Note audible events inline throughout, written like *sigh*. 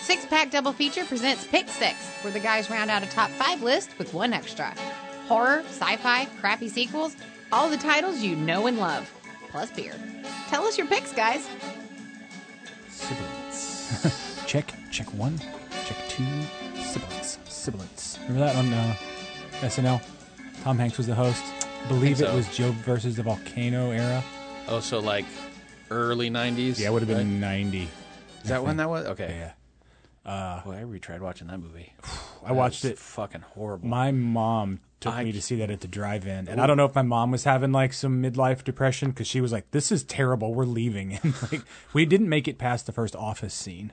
Six Pack Double Feature presents Pick Six, where the guys round out a top five list with one extra. Horror, sci fi, crappy sequels, all the titles you know and love, plus beer. Tell us your picks, guys. Sibilance. *laughs* check, check one, check two. Sibilance, sibilance. Remember that on uh, SNL? Tom Hanks was the host. I believe so. it was Job versus the Volcano era. Oh, so like early 90s? Yeah, it would have right? been 90. Is that when that *laughs* was? Okay. Uh, Yeah. Boy, I retried watching that movie. *sighs* I watched was it. Fucking horrible. My mom took I- me to see that at the drive-in, and I don't know if my mom was having like some midlife depression because she was like, "This is terrible. We're leaving." *laughs* And like, we didn't make it past the first office scene.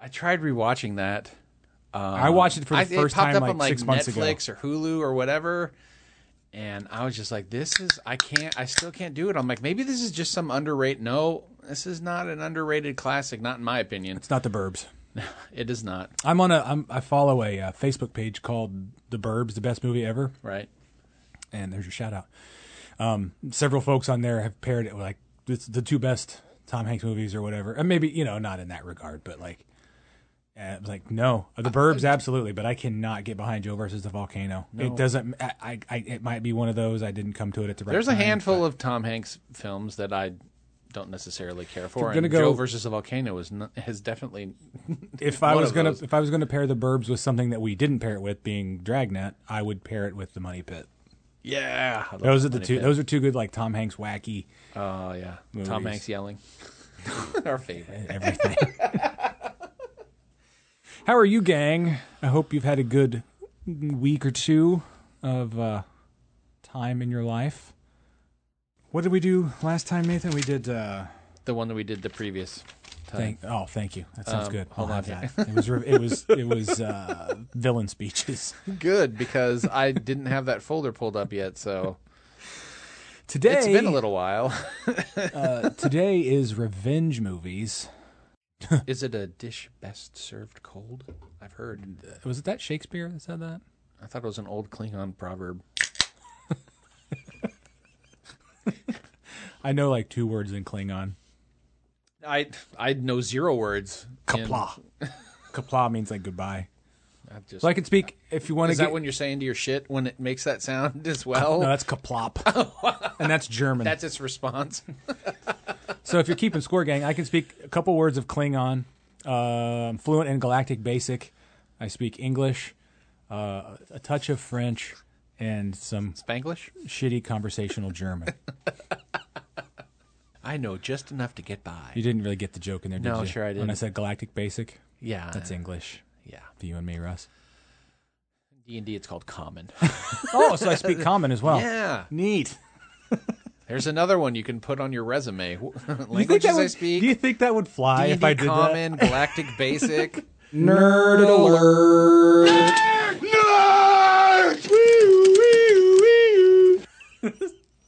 I tried rewatching that. I watched it for the Uh, I, it first popped time up like, on like six months ago. Netflix or Hulu or whatever, and I was just like, "This is I can't. I still can't do it." I'm like, maybe this is just some underrated. No, this is not an underrated classic. Not in my opinion. It's not the Burbs. It is not I'm on a. I'm, I follow a uh, Facebook page called "The Burbs: The Best Movie Ever," right. and there's your shout out. Um, several folks on there have paired it with, like it's the two best Tom Hanks movies or whatever, and maybe you know not in that regard, but like, uh, like no, the Burbs absolutely, but I cannot get behind Joe versus the volcano. It doesn't. I, I, I it might be one of those. I didn't come to it at the right. There's a time, handful of Tom Hanks films that I don't necessarily care for. gonna And go- Joe versus the volcano is not, has definitely but If I one was of gonna, those. if I was gonna pair the Burbs with something that we didn't pair it with, being Dragnet, I would pair it with the Money Pit. yeah. I love Those are the Money two. Pit. Those are two good like Tom Hanks wacky. Oh yeah, Tom Movies. Hanks yelling. *laughs* Our favorite. everything. How are you, gang? I hope you've had a good week or two of uh, time in your life. What did we do last time, Nathan? We did. Uh, The one that we did the previous time. thank, oh, thank you. That sounds Um, good. hold I'll on have that. It was. re- It was. It was uh, *laughs* villain speeches Good because I didn't have that folder pulled up yet, so today. it's been a little while. *laughs* uh, today is revenge movies. Is it a dish best served cold? I've heard. Was it that Shakespeare that said that? I thought it was an old Klingon proverb. I know like two words in Klingon. I I know zero words. in- Kapla. Kapla means like goodbye. I've just So I can speak if you want Is to. that when you're saying to your shit when it makes that sound as well? No, that's *laughs* kaplop. Oh. and that's German. That's its response. *laughs* so if you're keeping score, gang, I can speak a couple words of Klingon. Uh, I'm fluent in Galactic Basic. I speak English, uh, a touch of French, and some Spanglish? shitty conversational German. I know just enough to get by. You didn't really get the joke in there, did No, you? sure I When I didn't. said Galactic Basic, Yeah. that's English Yeah. for you and me, *laughs* Russ. D&D it's called common. Oh, so I speak Common as well. yeah. Neat. There's another one you can put on your *laughs* resume. You think Languages that I would- speak. Do you think that would fly if D&D I did *laughs* common, galactic basic. that? Nerd alert.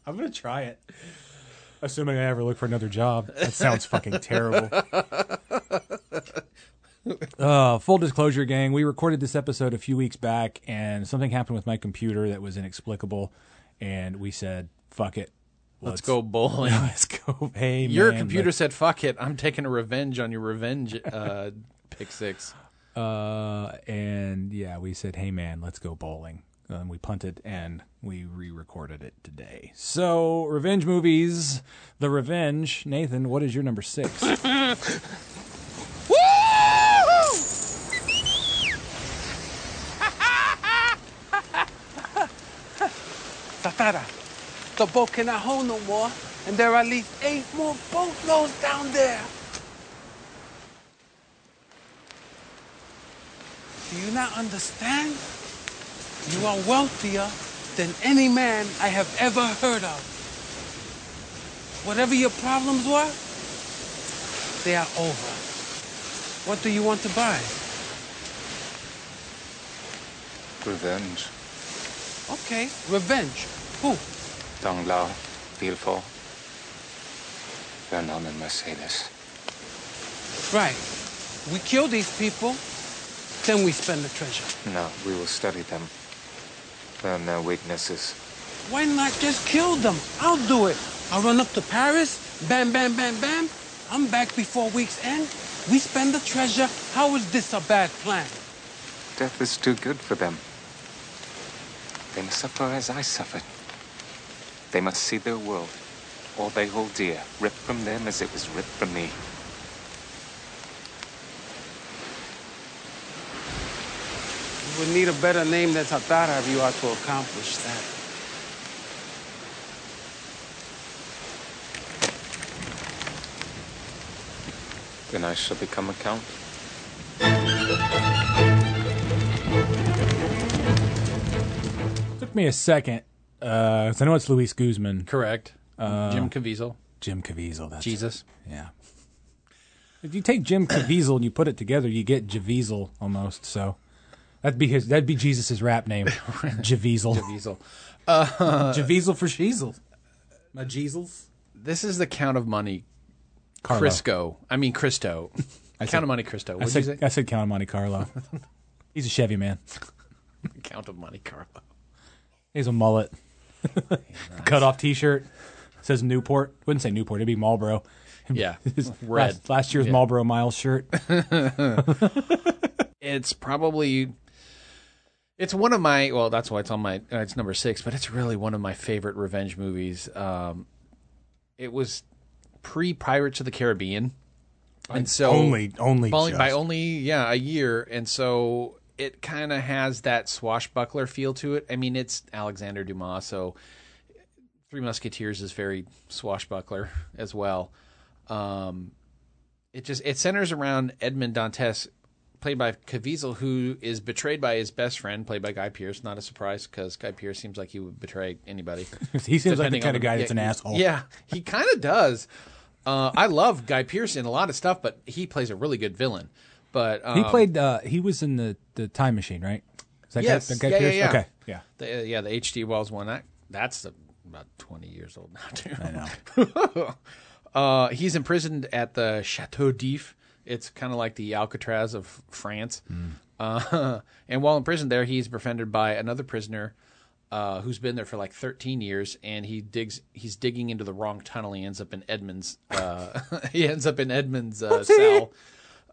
I'm gonna try it. Assuming I ever look for another job. That sounds fucking *laughs* terrible. Uh, full disclosure, gang. We recorded this episode a few weeks back, and something happened with my computer that was inexplicable. And we said, "Fuck it, *laughs* Let's go bowling. Let's go. Hey, Your man, computer said, "Fuck it, I'm taking a revenge on your revenge uh, *laughs* pick six. Uh, and yeah, we said, "Hey, man, let's go bowling." And we punted and we re-recorded it today. So, revenge movies, The Revenge. Nathan, what is your number six? Tatara. The boat cannot hold no more, and there are at least eight more boatloads down there. Do you not understand? You are wealthier than any man I have ever heard of. Whatever your problems were, they are over. What do you want to buy? Revenge. Okay, revenge. Who? Danglars, Villefort, Vernon and Mercedes. Right. We kill these people, then we spend the treasure. No, we will study them. Learn their weaknesses. Why not just kill them? I'll do it. I'll run up to Paris, bam, bam, bam, bam. I'm back before week's end, We spend the treasure. How is this a bad plan? Death is too good for them. They must suffer as I suffered. They must see their world, all they hold dear, ripped from them as it was ripped from me. You would need a better name than Tatara if you are to accomplish that. Then I shall become a count. Took me a second. Uh, 'cause I know it's Luis Guzman, Correct. Uh, Jim Caviezel. Jim Caviezel. That's Jesus. Yeah. If you take Jim Caviezel and you put it together, you get Javizel almost. So that'd be his. That'd be Jesus's rap *laughs* name, Javizel. Caviezel. Uh, Javizel for Sheezel. My Jeezels. This is the Count of Monte Carlo. Crisco. I *laughs* mean Cristo. Count of Monte Cristo. I What did you say? said, I said Count of Monte *laughs* Carlo. He's a Chevy man. Count of Monte Carlo. He's a mullet. *laughs* Cut off t shirt. Says Newport. Wouldn't say Newport. It'd be Marlboro. *laughs* Yeah. His Red. Last, last year's Yeah. Marlboro Miles *laughs* shirt. It's probably it's one of my well, that's why it's on my uh, it's number 6, but it's really one of my favorite revenge movies. Um it was pre Pirates of the Caribbean. And so only, only, Only- by just. only yeah a year and so it kind of has that swashbuckler feel to it i mean it's alexander dumas so three musketeers is very swashbuckler as well um it just it centers around edmond dantes played by caviezel who is betrayed by his best friend played by guy pierce not a surprise because guy pierce seems like he would betray anybody He *laughs* seems like the depending kind on of guy the- that's an yeah, asshole. Yeah, he kind of does. Uh, I love Guy Pearce in a lot of stuff, but he plays a really good villain. But um, He played. Uh, he was in the the time machine, right? Is that Yes. that Yeah, yeah, Pierce? yeah. Okay. Yeah. the, uh, yeah the HD Wells one. That, that's a, about twenty years old now too. I know. *laughs* uh, he's imprisoned at the Chateau d'If. It's kind of like the Alcatraz of France. Uh, *laughs* and while in prison there, he's befriended by another prisoner uh, who's been there for like 13 years, and he digs. He's digging into the wrong tunnel. He ends up in Edmund's. Uh, *laughs* he ends up in Edmund's uh, cell.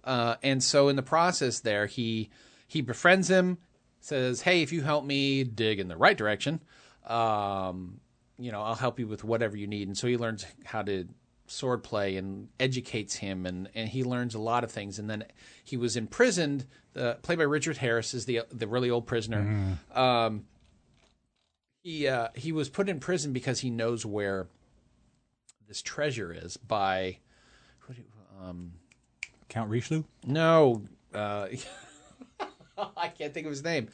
Uh, and so in the process there, he he befriends him, says, "Hey, if you help me dig in the right direction, um, you know, I'll help you with whatever you need." And so he learns how to swordplay and educates him, and, and he learns a lot of things. And then he was imprisoned, uh, played by Richard Harris, is the the really old prisoner. Um, he uh, he was put in prison because he knows where this treasure is by Count Richelieu. no, uh, *laughs* I can't think of his name.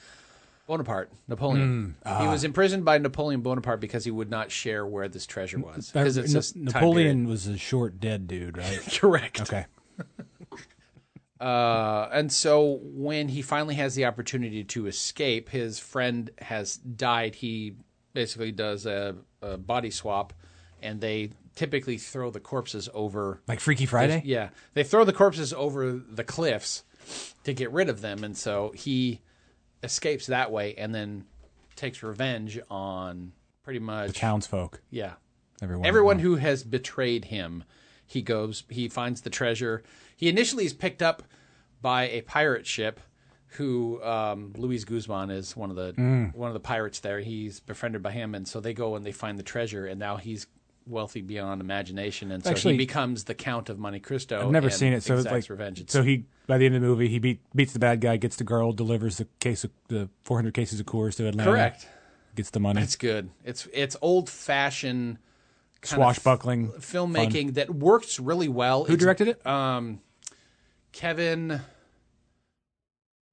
Bonaparte, Napoleon. Hmm, he ah. was imprisoned by Napoleon Bonaparte because he would not share where this treasure was. Because it's Na- this time Napoleon was a short dead dude, right? *laughs* period. Correct. okay. Uh, and so when he finally has the opportunity to escape, his friend has died. He basically does a, a body swap, and they typically throw the corpses over Like Freaky Friday. Yeah, they throw the corpses over the cliffs to get rid of them, and so he escapes that way, and then takes revenge on pretty much Townsfolk. yeah Everyone. everyone who has betrayed him. He goes, he finds the treasure. He initially is picked up by a pirate ship. Who um, Luis Guzman is one of the Mm. one of the pirates there. He's befriended by him, and so they go and they find the treasure, and now he's wealthy beyond imagination, and so Actually- he becomes the Count of Monte Cristo. I've never and seen it. So it's exacts like revenge. It's- So he by the end of the movie he beat beats the bad guy, gets the girl, delivers the case of the 400 cases of Coors to Atlanta. correct. Gets the money. It's good. It's it's old fashioned Swashbuckling. filmmaking that works really well. Who directed it? Um, Kevin,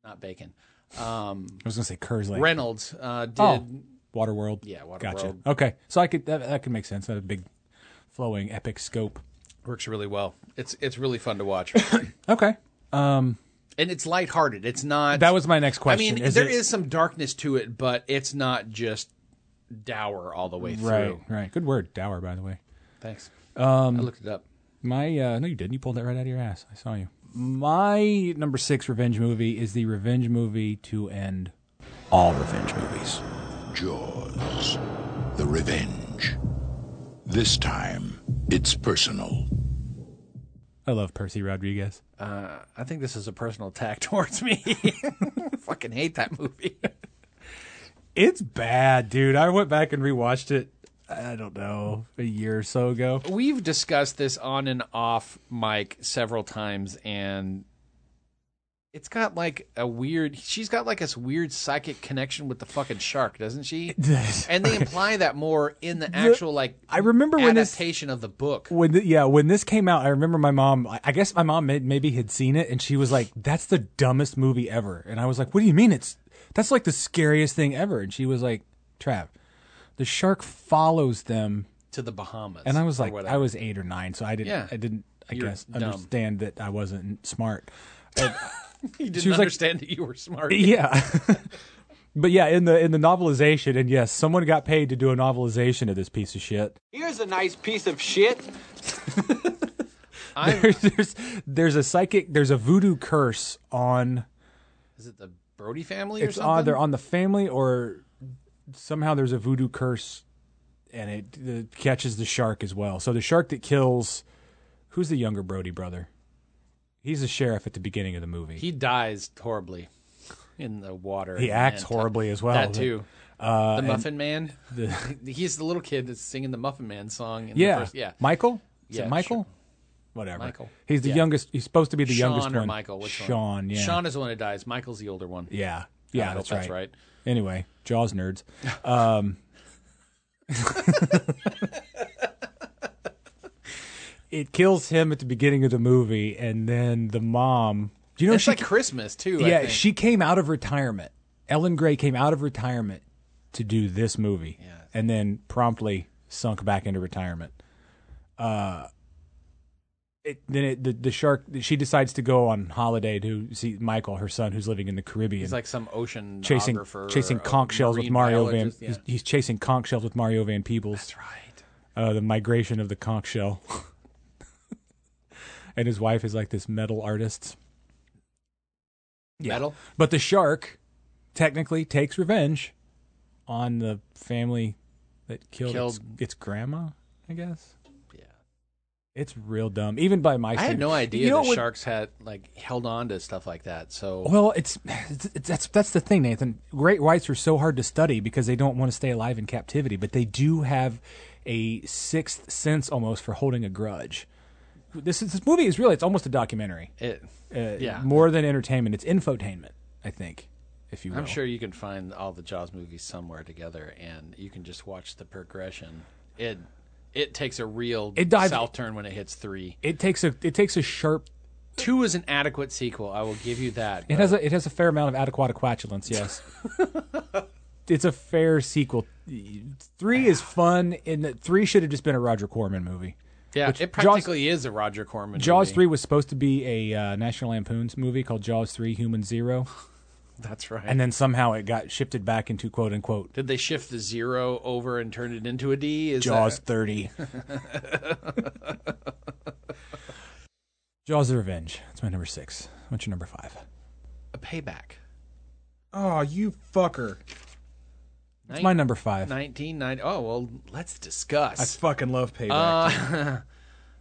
not Bacon. Um, I was gonna say Kerslake. Reynolds uh, did. Oh, Waterworld. Yeah, Waterworld. Gotcha. Okay, so I could that, that could make sense. That big, flowing, epic scope. Works really well. It's it's really fun to *coughs* watch, Okay, and it's lighthearted. It's not. that was my next I question. mean, there is it- some darkness to it, but it's not just dour all the way through. right, right. Good word, dower. By the way, Thanks. Um, I looked it up. my uh, no, you didn't. You pulled that right out of your ass. I saw you. My number six revenge movie is the revenge movie to end all revenge movies. Jaws. The Revenge. This time, it's personal. I love Percy Rodriguez. Uh, I think this is a personal attack *laughs* towards me. Fucking hate that *laughs* movie. It's bad, dude. I went back and rewatched it. I don't know, a year or so ago. We've discussed this on and off mic several times, and it's got like a weird. She's got like this weird psychic connection with the fucking shark, doesn't she? and they imply that more in the actual like I remember when this adaptation of the book. when the, yeah when this came out i remember my mom i I guess my mom may, maybe had seen it and she was like that's the dumbest movie ever and i was like what do you mean it's that's like the scariest thing ever and she was like trav the shark follows them to the Bahamas. and i was or like i whatever. was eight or nine so i didn't Yeah. i didn't i You're guess dumb. understand that i wasn't smart you didn't she was like- understand that you were smart. yeah *laughs* but yeah in the in the novelization and yes someone got paid to do a novelization of this piece of shit Here's a nice piece of shit. *laughs* there's, there's there's a psychic there's a voodoo curse on Is it the Brody family or it's uh, something? either on the family or somehow there's a voodoo curse and it, it catches the shark as well. So the shark that kills who's the younger Brody brother? He's a sheriff at the beginning of the movie. He, He dies horribly in the water. and- acts and- horribly as well. Uh, That too. the Muffin Man. *laughs* He's the little kid that's singing the Muffin Man song. In Yeah. The first, yeah. Michael? Is Yeah, it Michael? Whatever. Michael. He's the Yeah. youngest. He's supposed to be the Sean youngest or one. Michael? Which Sean, one? yeah. Sean is the one who dies. Michael's the older one. Yeah. Yeah, I hope that's, that's right. right. Anyway, Jaws *laughs* nerds. Um, *laughs* it kills him at the beginning of the movie, and then the mom. Do you know It's she? like Christmas too. I yeah, think. she came out of retirement. Ellen Gray came out of retirement to do this movie, and then promptly sunk back into retirement. Uh, it, then it, the the shark. She decides to go on holiday to see Michael, her son, who's living in the Caribbean He's like some oceanographer, chasing or chasing a conch shells with marine Mario Van. biologist. He's, he's chasing conch shells with Mario Van Peebles. That's right. Uh, the migration of the conch shell. *laughs* and his wife is like this metal artist. Yeah. Metal. But the shark technically takes revenge on the family that killed, its, Killed- its grandma. I guess Yeah. it's real dumb, even by my. I had standards. no idea You know the what- sharks had like held on to stuff like that. So Well, it's, it's that's that's the thing, Nathan. Great whites are so hard to study because they don't want to stay alive in captivity, but they do have a sixth sense almost for holding a grudge. This is, this movie is really it's almost a documentary, it, uh, yeah. more than entertainment. It's infotainment, I think, if you will. I'm sure you can find all the Jaws movies somewhere together, and you can just watch the progression. It it takes a real It dives- south turn when it hits three. it takes a it takes a sharp. Two is an adequate sequel. I will give you that. It has a it has a fair amount of adequate aquatulence. *laughs* Yes, it's a fair sequel. Three is fun in that three should have just been a Roger Corman movie. yeah, which it Jaws- practically is a Roger Corman. Jaws movie. three was supposed to be a uh, National Lampoon's movie called Jaws three: Human *laughs* Zero, That's right. and then somehow it got shifted back into quote unquote Did they shift the zero over and turn it into a D? Is Jaws *laughs* that- thirty. Jaws of Revenge. That's my number six. What's your number five? a payback? Oh, you fucker! That's my number five. Nineteen ninety. Oh well, let's I discuss. fucking love payback. Uh, dude.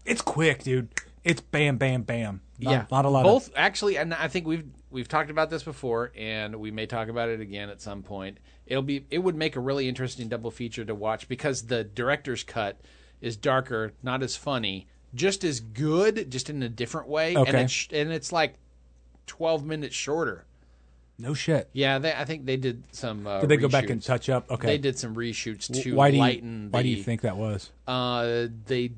it's quick, dude. It's bam, bam, bam. Not, yeah, not a lot. Both Of, actually, and I think we've we've talked about this before, and we may talk about it again at some point. It'll be it would make a really interesting double feature to watch because the director's cut is darker, not as funny, just as good, just in a different way, and Okay. it's and it's like twelve minutes shorter. no shit. Yeah, they, I think they did some. Uh, Did they go back and reshoots. touch up? Okay. They did some reshoots to Why do you, lighten. the, Why do you think that was? uh, they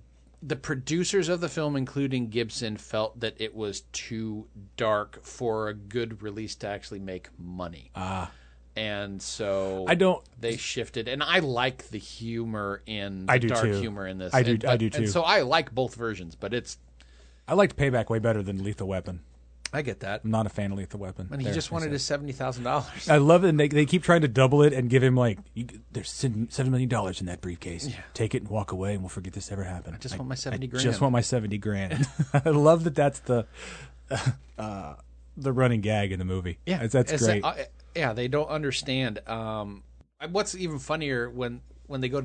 the producers of the film, including Gibson, felt that it was too dark for a good release to actually make money. Ah. And so I don't- They shifted, and I like the humor in I do the dark too. humor in this. I do- And- I do and too. so I like both versions, but it's I liked Payback way better than Lethal Weapon. I get that. I'm not a fan of Lethal Weapon. And he There, I just wanted said his seventy thousand dollars. it. I love it. And they, they keep trying to double it and give him like, you, there's seven seven million dollars in that briefcase. Take it and walk away, and we'll forget this ever happened. I just want my 70 I grand. just want my seventy grand. *laughs* I love that. That's the *laughs* uh, the running gag in the movie. that's, that's It's- great. uh, yeah, they don't understand. Um, and what's even funnier when when they go,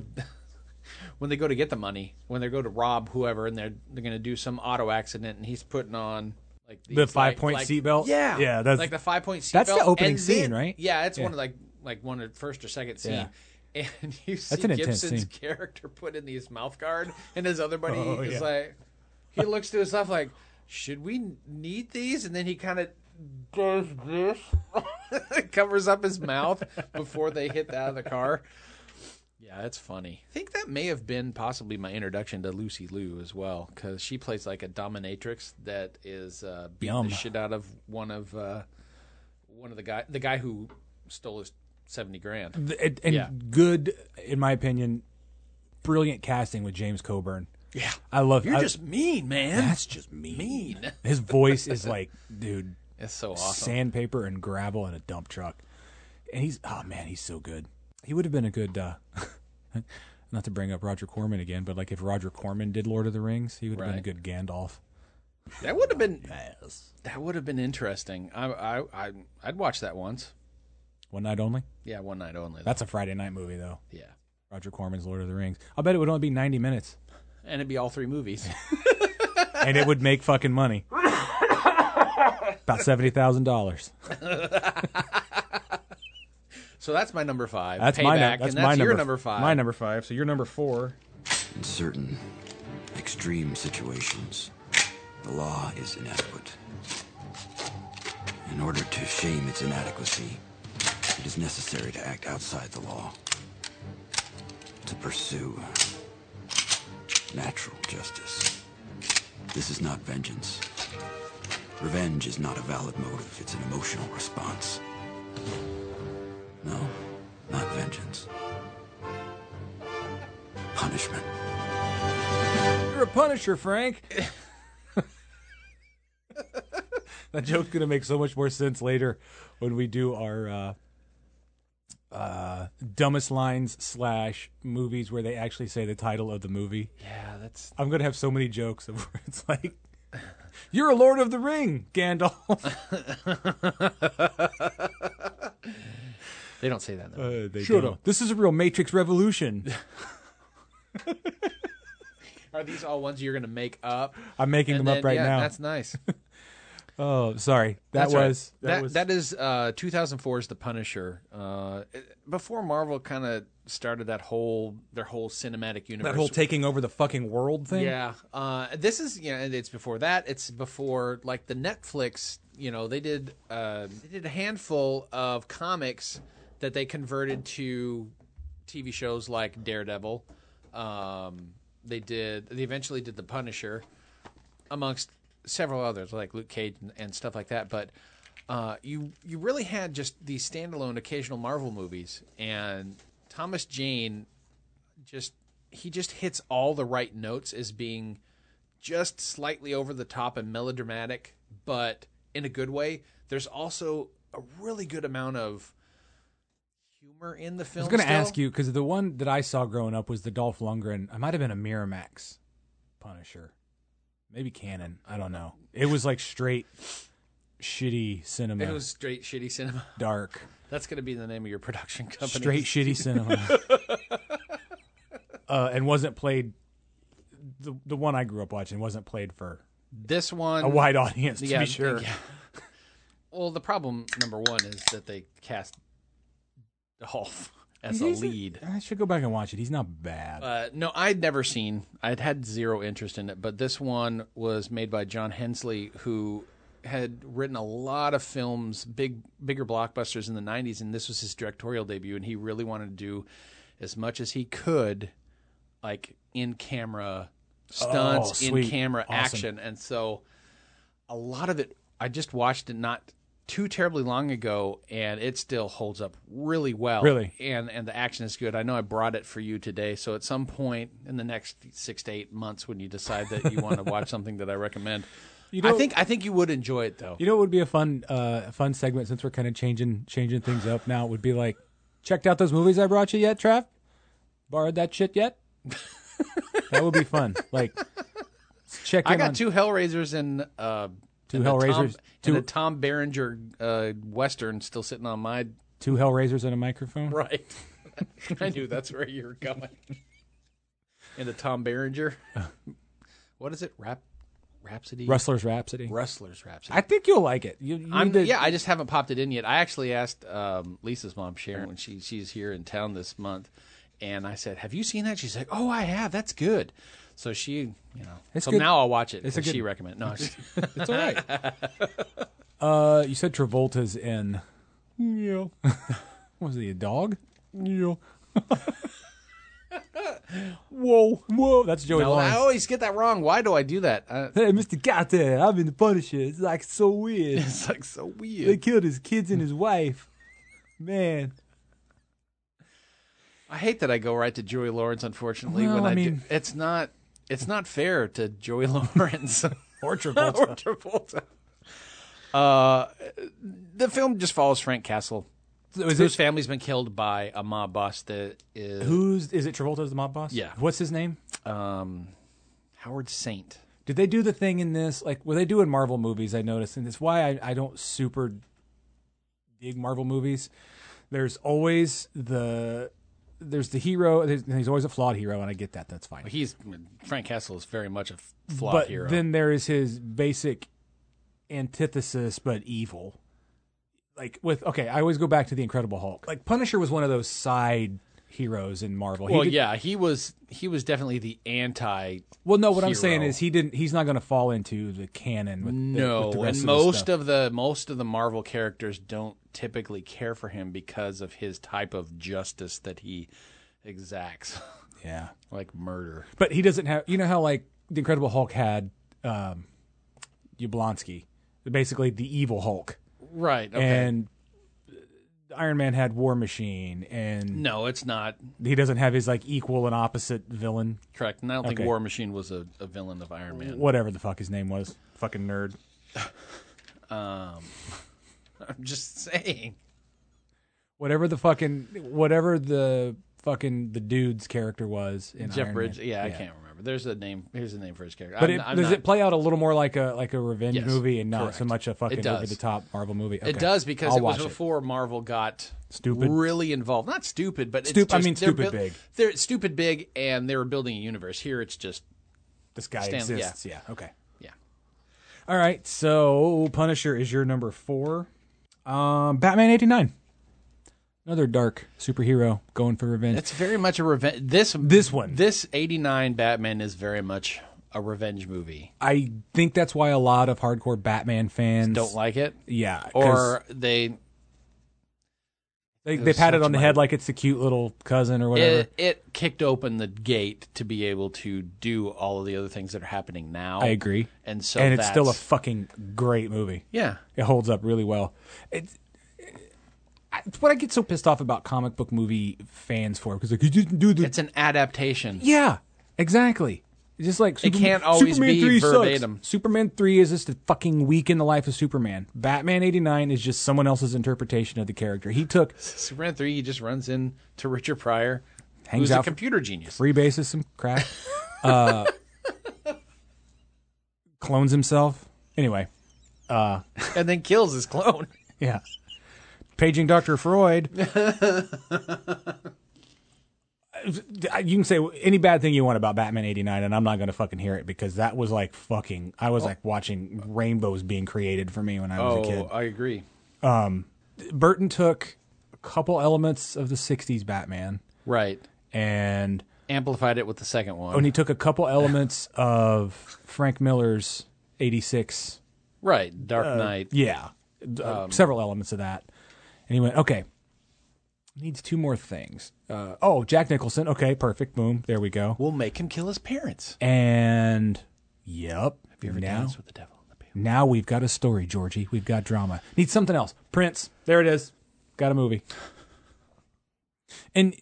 *laughs* when they go to get the money, when they go to rob whoever, and they're they're going to do some auto accident, and he's putting on like these, The like- five-point like- seatbelt? Yeah, Yeah, that's- like the five point seatbelt. That's the opening and scene, then- right? Yeah, it's Yeah. one of like like one of first or second scene. *laughs* Yeah. And you see an intense Gibson's scene. character put in his mouth guard, and his other buddy Oh, is yeah. like, he looks to himself like, should we need these? And then he kind of does this, covers up his mouth before they hit the- out of the car. Yeah, that's funny. I think that may have been possibly my introduction to Lucy Liu as well, because she plays like a dominatrix that is uh, beating Yum. the shit out of one of uh, one of the guy, the guy who stole his seventy grand. Th- and, and Yeah. good, in my opinion, brilliant casting with James Coburn. Yeah, I love you're I- just mean, man. that's just mean. mean. His voice *laughs* is like, dude, That's so awesome. sandpaper and gravel in a dump truck, and he's oh man, he's so good. He would have been a good. uh *laughs* Not to bring up Roger Corman again, but like if Roger Corman did Lord of the Rings, he would have been a Right. good Gandalf. That would have been that would have been interesting. I I, I I'd watch that once. One night only. Yeah, one night only. That's a Friday night movie though. yeah, Roger Corman's Lord of the Rings. I'll bet it would only be 90 minutes and it'd be all three movies. and it would make fucking money. About $70,000. so that's my number five. That's Payback, my number. That's, and my that's your number, number five. My number 5. So you're number 4. In certain extreme situations, the law is inadequate. In order to shame its inadequacy, it is necessary to act outside the law, to pursue natural justice. This is not vengeance. Revenge is not a valid motive, it's an emotional response. No, not vengeance. Punishment. You're a punisher, Frank. *laughs* that joke's going to make so much more sense later when we do our uh, uh, dumbest lines slash movies where they actually say the title of the movie. Yeah, that's I'm going to have so many jokes of where it's like, *laughs* you're a Lord of the Ring, Gandalf. they don't say that. In the Uh, they don't. This is a real Matrix *laughs* revolution. Are these all ones you're gonna make up? I'm making And them then- up right yeah, now. *laughs* That's nice. oh, sorry. That That's right. was that, was that is uh, 2004's The Punisher. Uh, it- before Marvel kind of started that whole their whole cinematic universe. that whole taking over the fucking world thing. Yeah, uh, this is you know it's before that. It's before like the Netflix. You know they did uh, they did a handful of comics that they converted to TV shows like Daredevil. Um, they did they eventually did The Punisher, amongst several others like Luke Cage and, and stuff like that. But uh, you you really had just these standalone occasional Marvel movies and Thomas Jane just he just hits all the right notes as being just slightly over the top and melodramatic, but in a good way. There's also a really good amount of humor in the I film. was going to still. ask you because the one that I saw growing up was the Dolph Lundgren. It might have been a Miramax Punisher, maybe Canon. I don't know. It was like straight shitty cinema, It was straight shitty cinema. *laughs* dark, That's going to be the name of your production company. straight shitty *laughs* cinema, uh, and wasn't played. The the one I grew up watching wasn't played for This one. a wide audience to yeah, be sure. yeah. *laughs* Well, the problem number one is that they cast Dolph as a He's a- lead. I should go back and watch it. He's not bad. Uh, no, I'd never seen. I'd had zero interest in it, but this one was made by John Hensley, who had written a lot of films, big bigger blockbusters in the '90s, and this was his directorial debut, and he really wanted to do as much as he could, like in camera stunts, Oh, in sweet. camera Awesome. action, and so a lot of it. I just watched it not too terribly long ago, and it still holds up really well Really? and and the action is good. I know I brought it for you today, so at some point in the next six to eight months, when you decide that you *laughs* want to watch something that I recommend, I know- think I think you would enjoy it though. You know what would be a fun uh fun segment since we're kind of changing changing things up now would be like checked out those movies I brought you yet, Trav? Borrowed that shit *laughs* yet? that would be fun. Like let's check in I got on- two Hellraisers and uh, Two and a Tom- Hellraisers, two- and a Tom Berenger uh, Western still sitting on my *laughs* two Hellraisers and a microphone. right. I knew that's where you were going. into Tom Berenger. *laughs* what is it? Rap, Rhapsody. Wrestler's Rhapsody. Wrestler's Rhapsody. I think you'll like it. You, you I'm, did- yeah, I just haven't popped it in yet. I actually asked um, Lisa's mom, Sharon, when she she's here in town this month, and I said, "Have you seen that?" She's like, "Oh, I have. That's good." So she, you know, It's so good. now I'll watch it. It's a because she good- recommended. No, it's- It's all right. *laughs* uh, you said Travolta's in. *laughs* Yeah. Was he a dog? *laughs* Yeah. whoa, whoa! That's Joey no, I Lawrence. always get that wrong. Why do I do that? Uh, Hey, Mr. Carter, I'm in the Punisher. It's like so weird. it's like so weird. they killed his kids and his wife. Man, I hate that I go right to Joey Lawrence. Unfortunately, Well, when I I, do, mean- it's not it's not fair to Joey *laughs* Lawrence or *laughs* or Travolta. Travolta. Uh, the film just follows Frank Castle, is whose it, family's been killed by a mob boss that is who's is it? Travolta's the mob boss. Yeah. What's his name? um, Howard Saint. Did they do the thing in this? Like, what they do in Marvel movies, I noticed, and it's why I, I don't super dig Marvel movies. There's always the there's the hero. There's, he's always a flawed hero, and I get that. That's fine. He's Frank Castle is very much a f- flawed but hero. then there is his basic antithesis, but evil. Like with okay, I always go back to the Incredible Hulk. Like Punisher was one of those side heroes in Marvel. He well, did- yeah, he was he was definitely the anti. Well, no, what I'm saying hero. is he didn't. He's not going to fall into the canon. With the, No, with the rest and of the most stuff. of the most of the Marvel characters don't typically care for him because of his type of justice that he exacts, *laughs* yeah. like murder. But he doesn't have. You know how like the Incredible Hulk had um, Yablonsky, basically the evil Hulk, Right. Okay. and Iron Man had War Machine, and no, it's not he doesn't have his like equal and opposite villain, correct. And I don't Okay. think War Machine was a, a villain of Iron Man. whatever the fuck his name was, fucking nerd. Um, I'm just *laughs* saying. Whatever the fucking whatever the fucking the dude's character was in Jeff Iron Bridges. Man. Yeah, I can't remember. There's a name. Here's a name for his character. But I'm- it, I'm does not- it play out a little more like a like a revenge Yes, movie and not so correct. much a fucking It does. over the top Marvel movie? It Okay. does because I'll it was watch before Marvel got Stupid. really involved. Not stupid, but it's Stup- I just- mean they're stupid buil- big. They're stupid big, and they were building a universe. Here, it's just This guy Stan- yeah. exists. Yeah. Okay. yeah. All right. So Punisher is your number four. Um, Batman eighty nine. Another dark superhero going for revenge. It's very much a revenge. This This one. this '89 Batman is very much a revenge movie. I think that's why a lot of hardcore Batman fans Don't like it, Yeah. 'cause or they they, they pat it on the head like it's the cute little cousin or whatever. it, it kicked open the gate to be able to do all of the other things that are happening now. I agree. and so and it's still a that's- fucking great movie. yeah. It holds up really well. It's, it's what I get so pissed off about comic book movie fans for because like you didn't do the It's an adaptation. Yeah, exactly. Just like Superman, can't always Superman be 3 sucks. verbatim. Superman three is just a fucking week in the life of Superman. Batman eighty nine is just someone else's interpretation of the character. He took Superman three, he just runs in to Richard Pryor, Hangs who's out a for- computer genius. free bases some crap, *laughs* uh, clones himself. Anyway, and then kills his *laughs* clone. yeah, paging Doctor Freud. You can say any bad thing you want about Batman '89, and I'm not going to fucking hear it because that was like fucking. I was like watching rainbows being created for me when I was a kid. Oh, I agree. Burton took a couple elements of the 60s Batman Right. and Amplified it with the second one. Oh, and he took a couple elements of Frank Miller's 86 right. Dark Knight. Uh, yeah d- uh, several elements of that and he went okay needs two more things uh, oh Jack Nicholson okay perfect boom there we go We'll make him kill his parents. and yep have you ever now Dance with the devil. now we've got a story Georgie we've got drama need something else Prince there it is got a movie and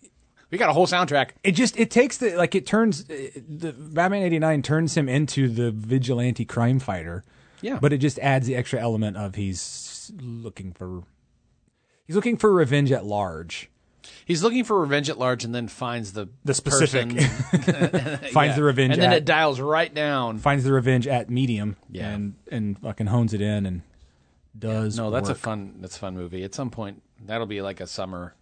We got a whole soundtrack. it just it takes the like it turns uh, the Batman 89 turns him into the vigilante crime fighter. Yeah. But it just adds the extra element of he's looking for he's looking for revenge at large. He's looking for revenge at large and then finds the The specific- person- *laughs* Finds Uh, yeah. the revenge and then at it dials right down. finds the revenge at medium Yeah. and and fucking hones it in and does No, that's a work. fun. That's a fun movie. At some point, that'll be like a summer.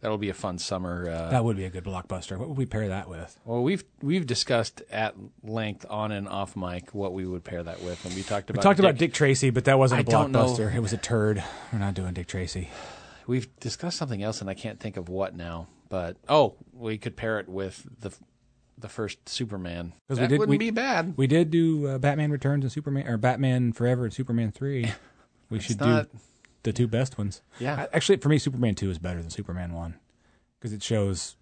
That'll be a fun summer. Uh, That would be a good blockbuster. What would we pair that with? Well, we've we've discussed at length on and off mic what we would pair that with, and we talked about We talked about Dick Tracy, but that wasn't a I don't know. blockbuster. It was a turd. We're not doing Dick Tracy. We've discussed something else, and I can't think of what now. But oh, we could pair it with the the first Superman. 'Cause That we did- wouldn't we- be bad. We did do uh, Batman Returns and Superman, or Batman Forever and Superman *laughs* Three. We should not- do the two best ones. Yeah. A- actually, for me, Superman Two is better than Superman One because it shows.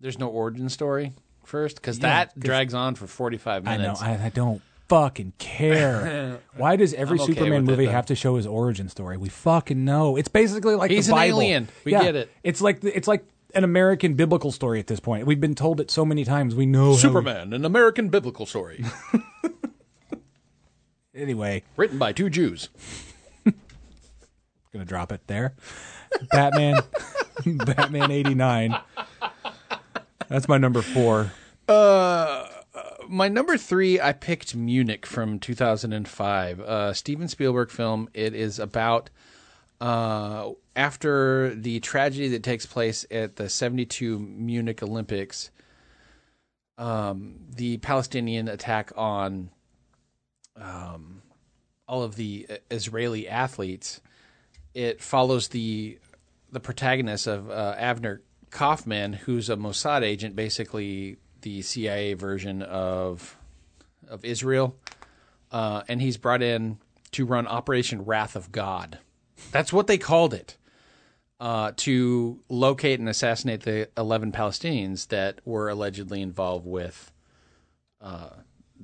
There's no origin story first because Yeah, that 'cause- drags on for 45 I know minutes. I, I don't fucking *laughs* care. Why does every I'm okay Superman with it, movie though. have to show his origin story? We fucking know. It's basically like He's the an Bible. alien. We Yeah. get it. It's like the, it's like an American biblical story at this point. We've been told it so many times. We know how- Superman, an American biblical story, *laughs* Anyway, written by two Jews. gonna drop it there. Batman, *laughs* Batman eighty nine. That's my number four. Uh, my number three, I picked Munich from 2005, uh, Steven Spielberg film. It is about uh, after the tragedy that takes place at the 72 Munich Olympics, um, the Palestinian attack on um, all of the uh, Israeli athletes. It follows the the protagonist of uh, Avner Kaufman, who's a Mossad agent, basically the CIA version of of Israel, uh, and he's brought in to run Operation Wrath of God. That's what they called it. Uh, to locate and assassinate the 11 Palestinians that were allegedly involved with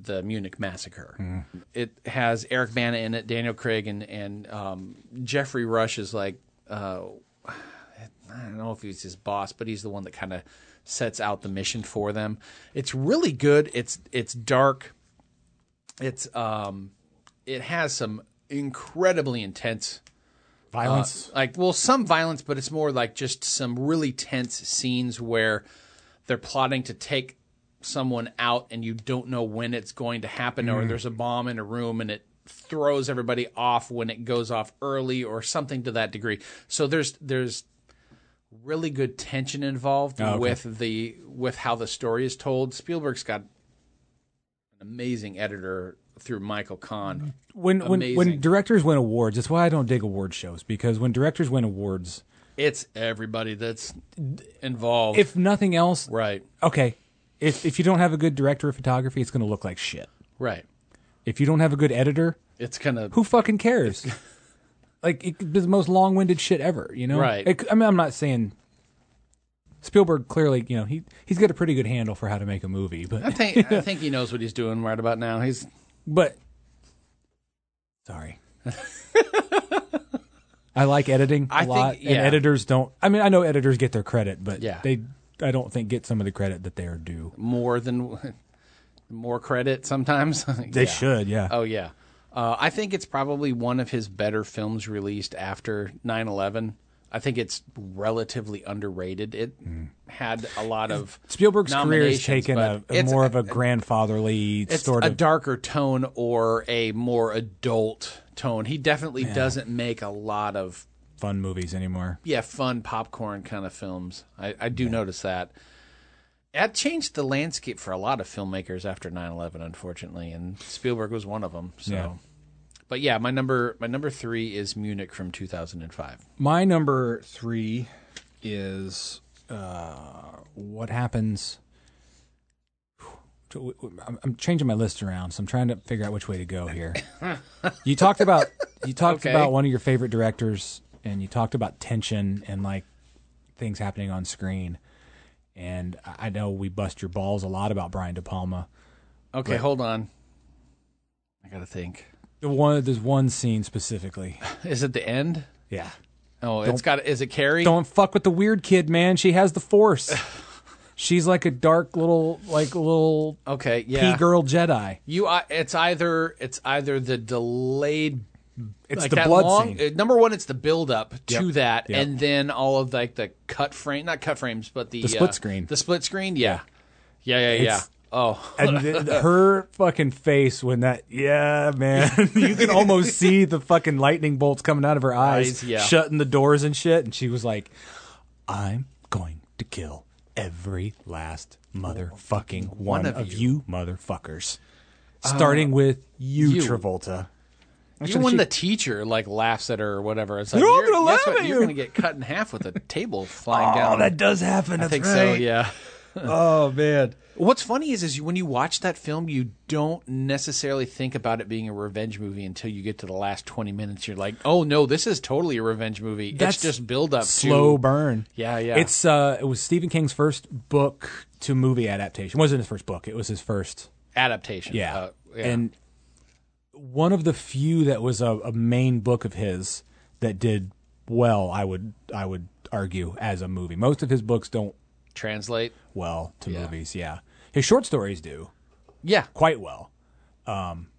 the Munich massacre. It has Eric Bana in it, Daniel Craig, and and um, Jeffrey Rush is like uh, I don't know if he's his boss, but he's the one that kind of sets out the mission for them. It's really good. It's it's dark. It's um, it has some incredibly intense Violence. like well some violence but it's more like just some really tense scenes where they're plotting to take someone out and you don't know when it's going to happen or there's a bomb in a room and it throws everybody off when it goes off early or something to that degree so there's there's really good tension involved okay. with the with how the story is told spielberg's got an amazing editor through michael kahn when when when amazing. directors win awards, that's why I don't dig award shows because when directors win awards, it's everybody that's involved if nothing else, right okay, if if you don't have a good director of photography, it's going to look like shit. Right. If you don't have a good editor, It's kind of who fucking *laughs* cares? like it could be the most long-winded shit ever, you know? Right. It, I mean, I'm not saying Spielberg clearly, you know, he he's got a pretty good handle for how to make a movie, I but think I think he knows what he's doing right about now. He's but sorry. I like editing a I think- lot, and yeah. editors don't. I mean, I know editors get their credit, but Yeah. they, I don't think get some of the credit that they are due. more than *laughs* more credit sometimes. *laughs* They should, yeah. Oh yeah. Uh, I think it's probably one of his better films released after 9/11. I think it's relatively underrated. It had a lot of Mm. Spielberg's career has nominations, taken but a, a it's more of a grandfatherly it's sort a of darker tone or a more adult tone. He definitely doesn't make a lot of fun movies anymore. yeah, fun popcorn kind of films. I, I do notice that. That changed the landscape for a lot of filmmakers after 9/11, unfortunately, and Spielberg was one of them. So, Yeah. but yeah, my number my number three is Munich from 2005. My number three is uh, what happens. I'm I'm changing my list around, so I'm trying to figure out which way to go here. you talked about you talked Okay. about one of your favorite directors, and you talked about tension and like things happening on screen. And I I know we bust your balls a lot about Brian De Palma. Okay, hold on. I gotta think. The one, there's one scene specifically. Is it the end? Yeah, Oh, it's got. Is it Carrie? Don't fuck with the weird kid, man. She has the *sighs* force. She's like a dark little, like little Okay, yeah. pea girl Jedi. You. I- It's either. It's either the delayed It's like the that blood long, scene. uh, Number one, it's the build up to Yep. that, Yep. and then all of like the cut frame, not cut frames, but the, The split uh, screen. The split screen, yeah, yeah, yeah, yeah. It's- Oh, *laughs* and th- her fucking face when that, yeah, *laughs* man, *laughs* you can almost see the fucking lightning bolts coming out of her eyes, Eyes, yeah. shutting the doors and shit. And she was like, I'm going to kill every last motherfucking one, of of, you. Uh, you. motherfuckers. Starting with you, you. Travolta. Even when the teacher like laughs at her or whatever, it's like They're all you're, gonna laugh guess what? at you're you. gonna get cut in half with a *laughs* table flying Oh, down. that does happen. I That's think right. so. Yeah. *laughs* *laughs* Oh man. What's funny is, is you, when you watch that film, you don't necessarily think about it being a revenge movie until you get to the last twenty minutes. You're like, oh no, this is totally a revenge movie. it's just build up, slow To, burn. Yeah, yeah. It's uh, it was Stephen King's first book to movie adaptation. It wasn't his first book. It was his first. adaptation. Yeah. Uh, and one of the few that was a, a main book of his that did well. I would I would argue as a movie. Most of his books don't translate. well to Yeah. movies. Yeah, his short stories do Yeah. quite well,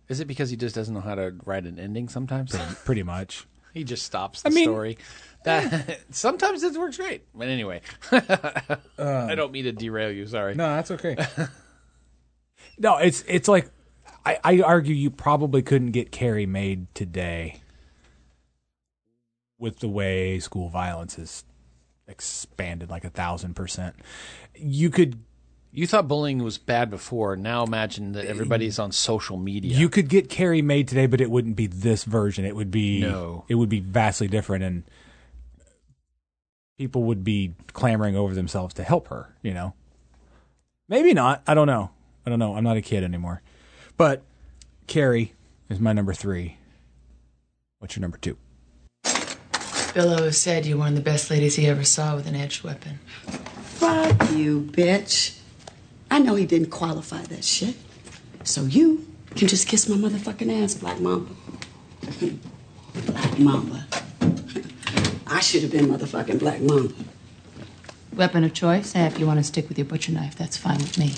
Is it because he just doesn't know how to write an ending sometimes? pretty much. he just stops the mean- story. That *laughs* sometimes it works great. But anyway. *laughs* I don't mean to derail you, sorry. Uh, No, that's okay. no, it's it's like I, I argue you probably couldn't get Carrie made today with the way school violence is expanded like a thousand percent. You could You thought bullying was bad before. Now imagine that everybody's on social media. you could get Carrie made today, but it wouldn't be this version. It would be No. it would be vastly different and people would be clamoring over themselves to help her, you know. Maybe not. I don't know. I don't know. I'm not a kid anymore. But Carrie is my number three. What's your number two? Bill always said you were one of the best ladies he ever saw with an edged weapon. Fuck you, bitch. I know he didn't qualify that shit. So you can just kiss my motherfucking ass, Black Mamba. Black Mamba. I should have been motherfucking Black Mamba. Weapon of choice? Eh, if you want to stick with your butcher knife, that's fine with me.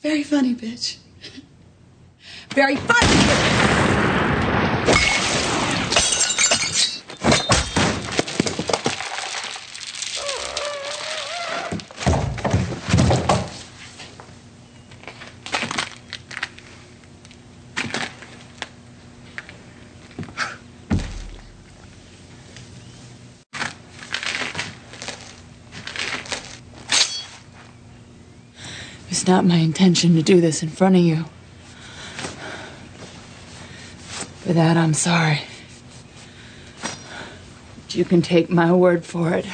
Very funny, bitch. Very funny! It's not my intention to do this in front of you. For that, I'm sorry. But you can take my word for it.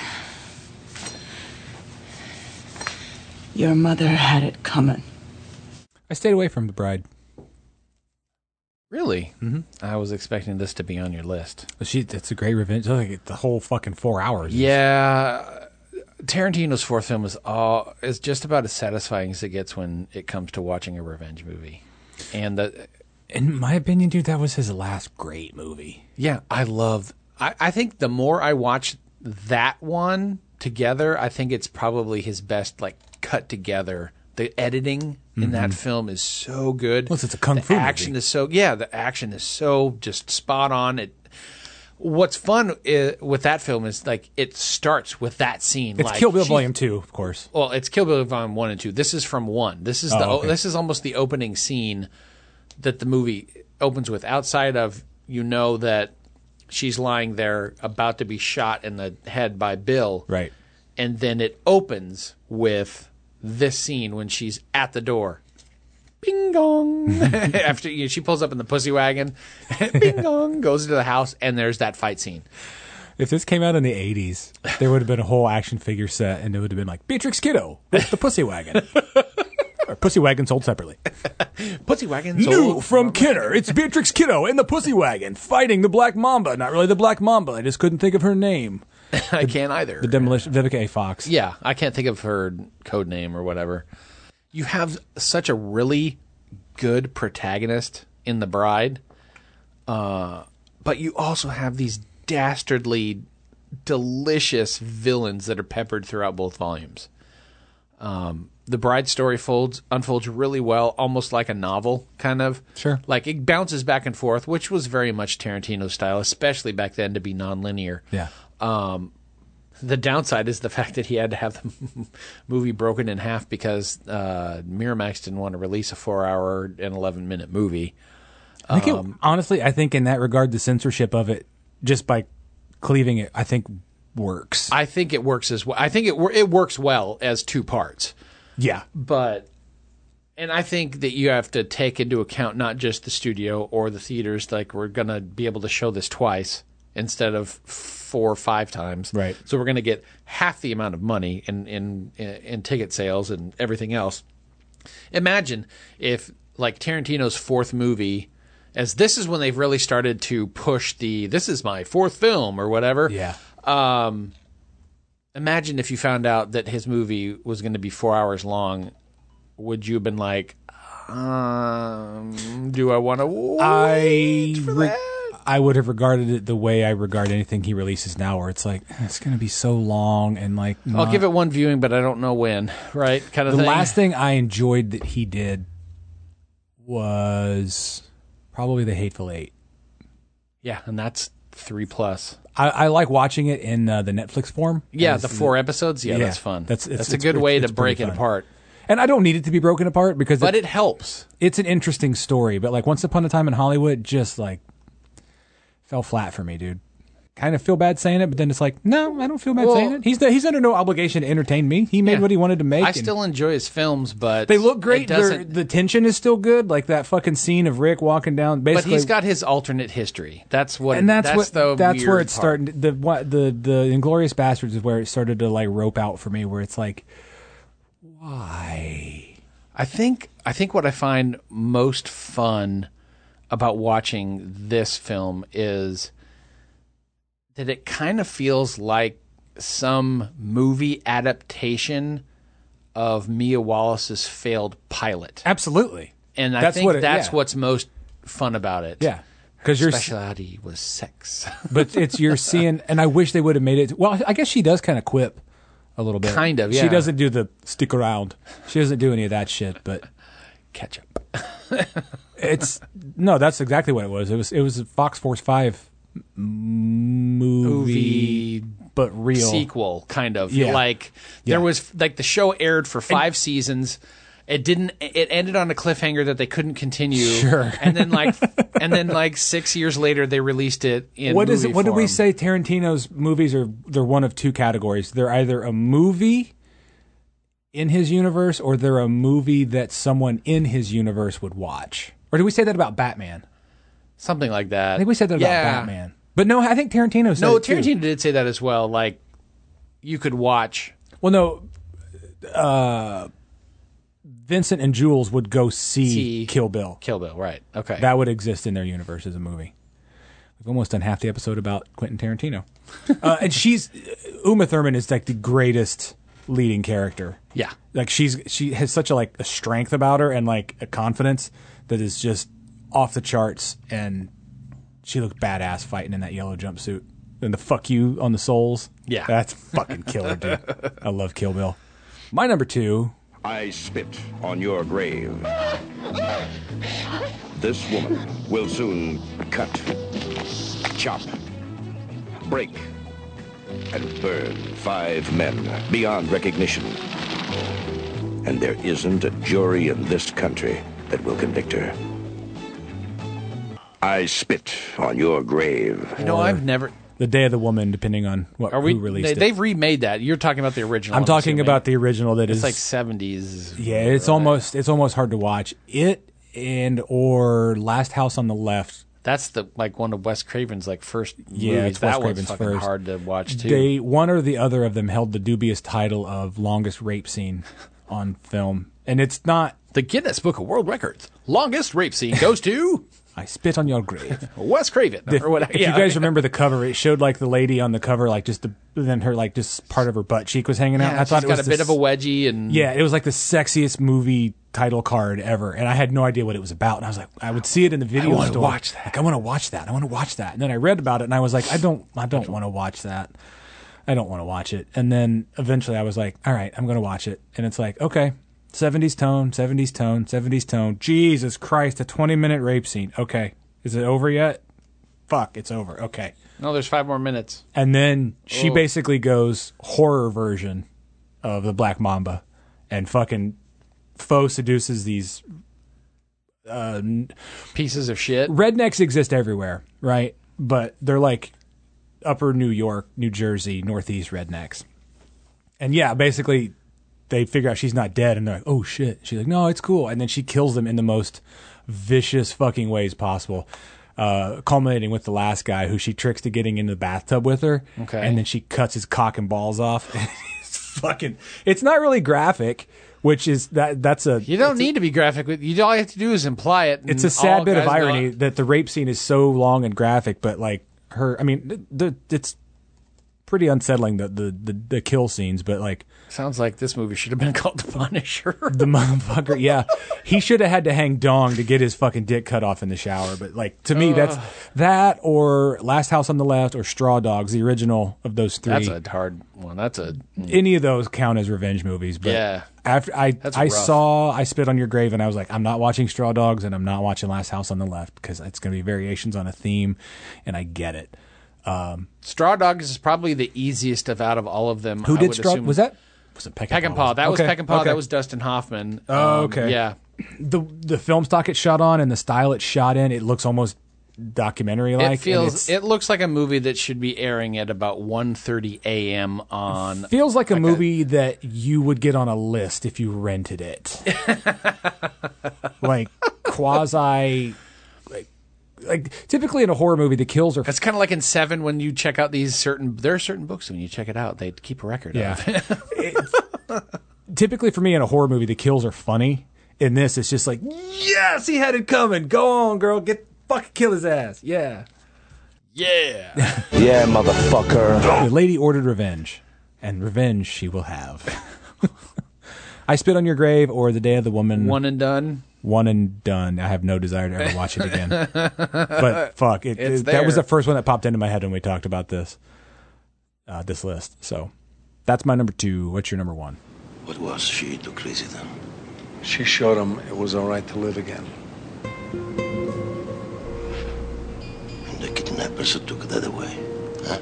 Your mother had it coming. I stayed away from the bride. Really? Mm-hmm. I was expecting this to be on your list. She that's a great revenge. I think the whole fucking four hours. Yeah, Tarantino's fourth film is all is just about as satisfying as it gets when it comes to watching a revenge movie. And the, In my opinion, dude, that was his last great movie. yeah, I love. I, I think the more I watch that one together, I think it's probably his best. Like cut together, the editing in that film is so good. Plus, Mm-hmm. it's a kung the fu action movie. is so yeah. The action is so just spot on. It. What's fun i with that film is like it starts with that scene. It's like, Kill Bill she's- Volume Two, of course. well, it's Kill Bill Volume One and Two. This is from one. This is the Oh, okay. this is almost the opening scene that the movie opens with. Outside of you know that she's lying there about to be shot in the head by Bill, Right. And then it opens with this scene when she's at the door. Bing dong. *laughs* After you know, she pulls up in the pussy wagon, *laughs* bing dong goes into the house, and there's that fight scene. If this came out in the 80s, there would have been a whole action figure set and it would have been like Beatrix Kiddo with the Pussy *laughs* Wagon. or Pussy Wagon sold separately. Pussy wagon New sold from Kenner, it's Beatrix Kiddo and the Pussy Wagon fighting the Black Mamba. Not really the Black Mamba, I just couldn't think of her name. *laughs* I can't either. The Demolition, Vivica A. Fox. Yeah, I can't think of her code name or whatever. You have such a really good protagonist in The Bride, uh, but you also have these dastardly, delicious villains that are peppered throughout both volumes. Um, the Bride story folds unfolds really well, almost like a novel, kind of. Sure. Like it bounces back and forth, which was very much Tarantino style, especially back then to be nonlinear. Yeah. Um, the downside is the *laughs* fact that he had to have the *laughs* movie broken in half because uh, Miramax didn't want to release a four-hour and eleven-minute movie. I think it, honestly, I think in that regard, the censorship of it, just by cleaving it, I think works. I think it works as well. I think it wor- it works well as two parts. Yeah. but and I think that you have to take into account not just the studio or the theaters. Like we're gonna be able to show this twice instead of four or five times. Right. So we're gonna get half the amount of money in in in ticket sales and everything else. Imagine if like Tarantino's fourth movie. As this is when they've really started to push the this is my fourth film or whatever. Yeah. Um, imagine if you found out that his movie was going to be four hours long. Would you have been like, um, do I want to? I re- I would have regarded it the way I regard anything he releases now, where it's like it's going to be so long and like I'll give it one viewing, but I don't know when. Right? Kind of the thing. last thing I enjoyed that he did was probably the Hateful Eight. yeah, and that's three plus. I, I like watching it in uh, the Netflix form. Yeah, As the four episodes. Yeah, that's fun. That's it's- that's a it's- good way it's- to it's pretty break it fun. apart. And I don't need it to be broken apart because But it, it helps. it's an interesting story. But like Once Upon a Time in Hollywood, just like fell flat for me, dude. Kind of feel bad saying it, but then it's like, no, I don't feel bad Well- saying it. He's he's under no obligation to entertain me. He made Yeah. what he wanted to make. I and- still enjoy his films, but They look great. It They're- doesn't, The tension is still good. Like that fucking scene of Rick walking down. but Basically, he's got his alternate history. That's what. and that's, what the that's where weird it's part. starting. The what the the Inglorious Bastards is where it started to like rope out for me. Where it's like, why? I think I think what I find most fun about watching this film is that it kind of feels like some movie adaptation of Mia Wallace's failed pilot. Absolutely. And I That's think what it- that's yeah. what's most fun about it. Yeah. Because you're, Speciality was sex. but it's you're seeing, and I wish they would have made it. Well, I guess she does kind of quip a little bit. Kind of, She yeah. doesn't do the stick around. She doesn't do any of that shit. But Ketchup. it's no, that's exactly what it was. It was it was a Fox Force Five m- movie, Movie but real. sequel kind of Yeah. like Yeah. there was like the show aired for five seasons it didn't it ended on a cliffhanger that they couldn't continue Sure. and then like *laughs* and then like six years later they released it in What is movie it? What do we form. say? Tarantino's movies are they're one of two categories. They're either a movie in his universe, or they're a movie that someone in his universe would watch. Or do we say that about Batman? something like that I think we said that about Yeah. Batman. But no, I think Tarantino said no it too. tarantino did say that as well like you could watch Well, no, uh, Vincent and Jules would go see, See- Kill Bill. kill bill right okay That would exist in their universe as a movie. We've almost done half the episode about Quentin *laughs* Tarantino, uh, and she's uh, Uma Thurman is like the greatest leading character. yeah like she's she has such a like a strength about her and like a confidence that is just off the charts and she looked badass fighting in that yellow jumpsuit and the fuck you on the soles Yeah. that's fucking killer *laughs* dude i love kill bill my number two I spit on your grave. This woman will soon cut, chop, break, and burn five men beyond recognition. And there isn't a jury in this Eh, country that will convict her. I spit on your grave. no i've never the day of the woman depending on what are we who released they, it they've remade that you're talking about the original i'm talking assuming. about the original that is- it's like 70s yeah it's almost it's almost hard to watch it and or last house on the left That's the like one of Wes Craven's like first Yeah, movies. it's Wes that one's Craven's fucking first. hard to watch too. They one or the other of them held the dubious title of longest rape scene on film, and it's not. the Guinness Book of World Records longest rape scene goes to I spit on your grave. Wes Craven If, *laughs* or whatever. if yeah. you guys remember the cover, it showed like the lady on the cover, like just the then her like just part of her butt cheek was hanging out. yeah, I thought she's it got was a bit this- of a wedgie and yeah, it was like the sexiest movie title card ever, and I had no idea what it was about. And I was like, I would see it in the video wanna store. watch that. Like, I want to watch that. I want to watch that. And then I read about it, and I was like, I don't, I don't want to watch that. I don't want to watch it. And then eventually, I was like, all right, I'm going to watch it. And it's like, okay, 70s tone, 70s tone, 70s tone. Jesus Christ, a 20 minute rape scene. Okay, is it over yet? Fuck, it's over. Okay. no, there's five more minutes. And then she Oh. basically goes horror version of the Black Mamba and fucking faux seduces these Pieces of shit. rednecks exist everywhere, right? But they're like upper New York, New Jersey, Northeast rednecks. And yeah, basically they figure out she's not dead and they're like, oh shit. She's like, no, it's cool. And then she kills them in the most vicious fucking ways possible. Uh, culminating with the last guy who she tricks to getting into the bathtub with her. Okay. And then she cuts his cock and balls off. *laughs* it's fucking, it's not really graphic, which is that, that's a, You don't need to be graphic. with You all you have to do is imply it. it's and a sad Mm, all bit of guys know irony it. that the rape scene is so long and graphic, but like her, I mean, th- th- it's pretty unsettling the, the the the kill scenes, but like Sounds like this movie should have been *laughs* called The Punisher. the *laughs* motherfucker, yeah, he should have had to hang dong to get his fucking dick cut off in the shower. But like to me, that's that or Last House on the Left or Straw Dogs, the original of those three. *laughs* That's a hard one. That's a any of those count as revenge movies. But Yeah. after I That's I rough. saw I spit on your grave and I was like, I'm not watching Straw Dogs and I'm not watching Last House on the Left because it's going to be variations on a theme, and I get it. Straw Dogs is probably the easiest of out of all of them. Who I did would Straw? assume. Was that was it Peckinpah? Peckinpah? That was Okay, Peckinpah. okay. That was Dustin Hoffman. Oh, Um, okay. Yeah. the the film stock it's shot on and the style it's shot in. It looks almost documentary like. it feels. It looks like a movie that should be airing at about 1.30 a.m. on. feels like a movie that you would get on a list if you rented *laughs* it. like quasi like- like typically in a horror movie the kills are That's kind of like in Seven when you check out these certain. There are certain books when you check it out, they keep a record *laughs* Yeah. of. it. It's- typically for me in a horror movie, the kills are funny. In this, it's just like, yes, he had it coming. Go on, girl, get fucking kill his ass. Yeah. yeah. *laughs* Yeah, motherfucker. The lady ordered revenge, and revenge she will have. *laughs* I spit on your grave, or the day of the woman. One and done. one and done. I have no desire to ever watch it again. *laughs* but fuck, it, It's it- that was there. the first one that popped into my head when we talked about this, uh, this list. So that's my number two. What's your number one? What was she to crazy them? She showed him it was all right to live again. And the kidnappers who took that away. Huh?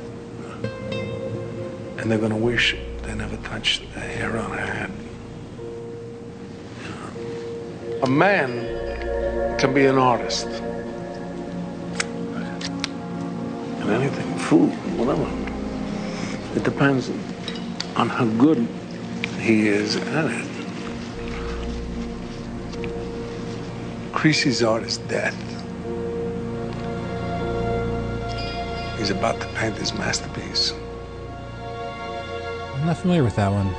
And they're gonna wish they never touched a hair on her head. A man can be an artist. And anything, food, whatever. It depends on how good he is at it. Creasy's art is death. He's about to paint his masterpiece. I'm not familiar with that one.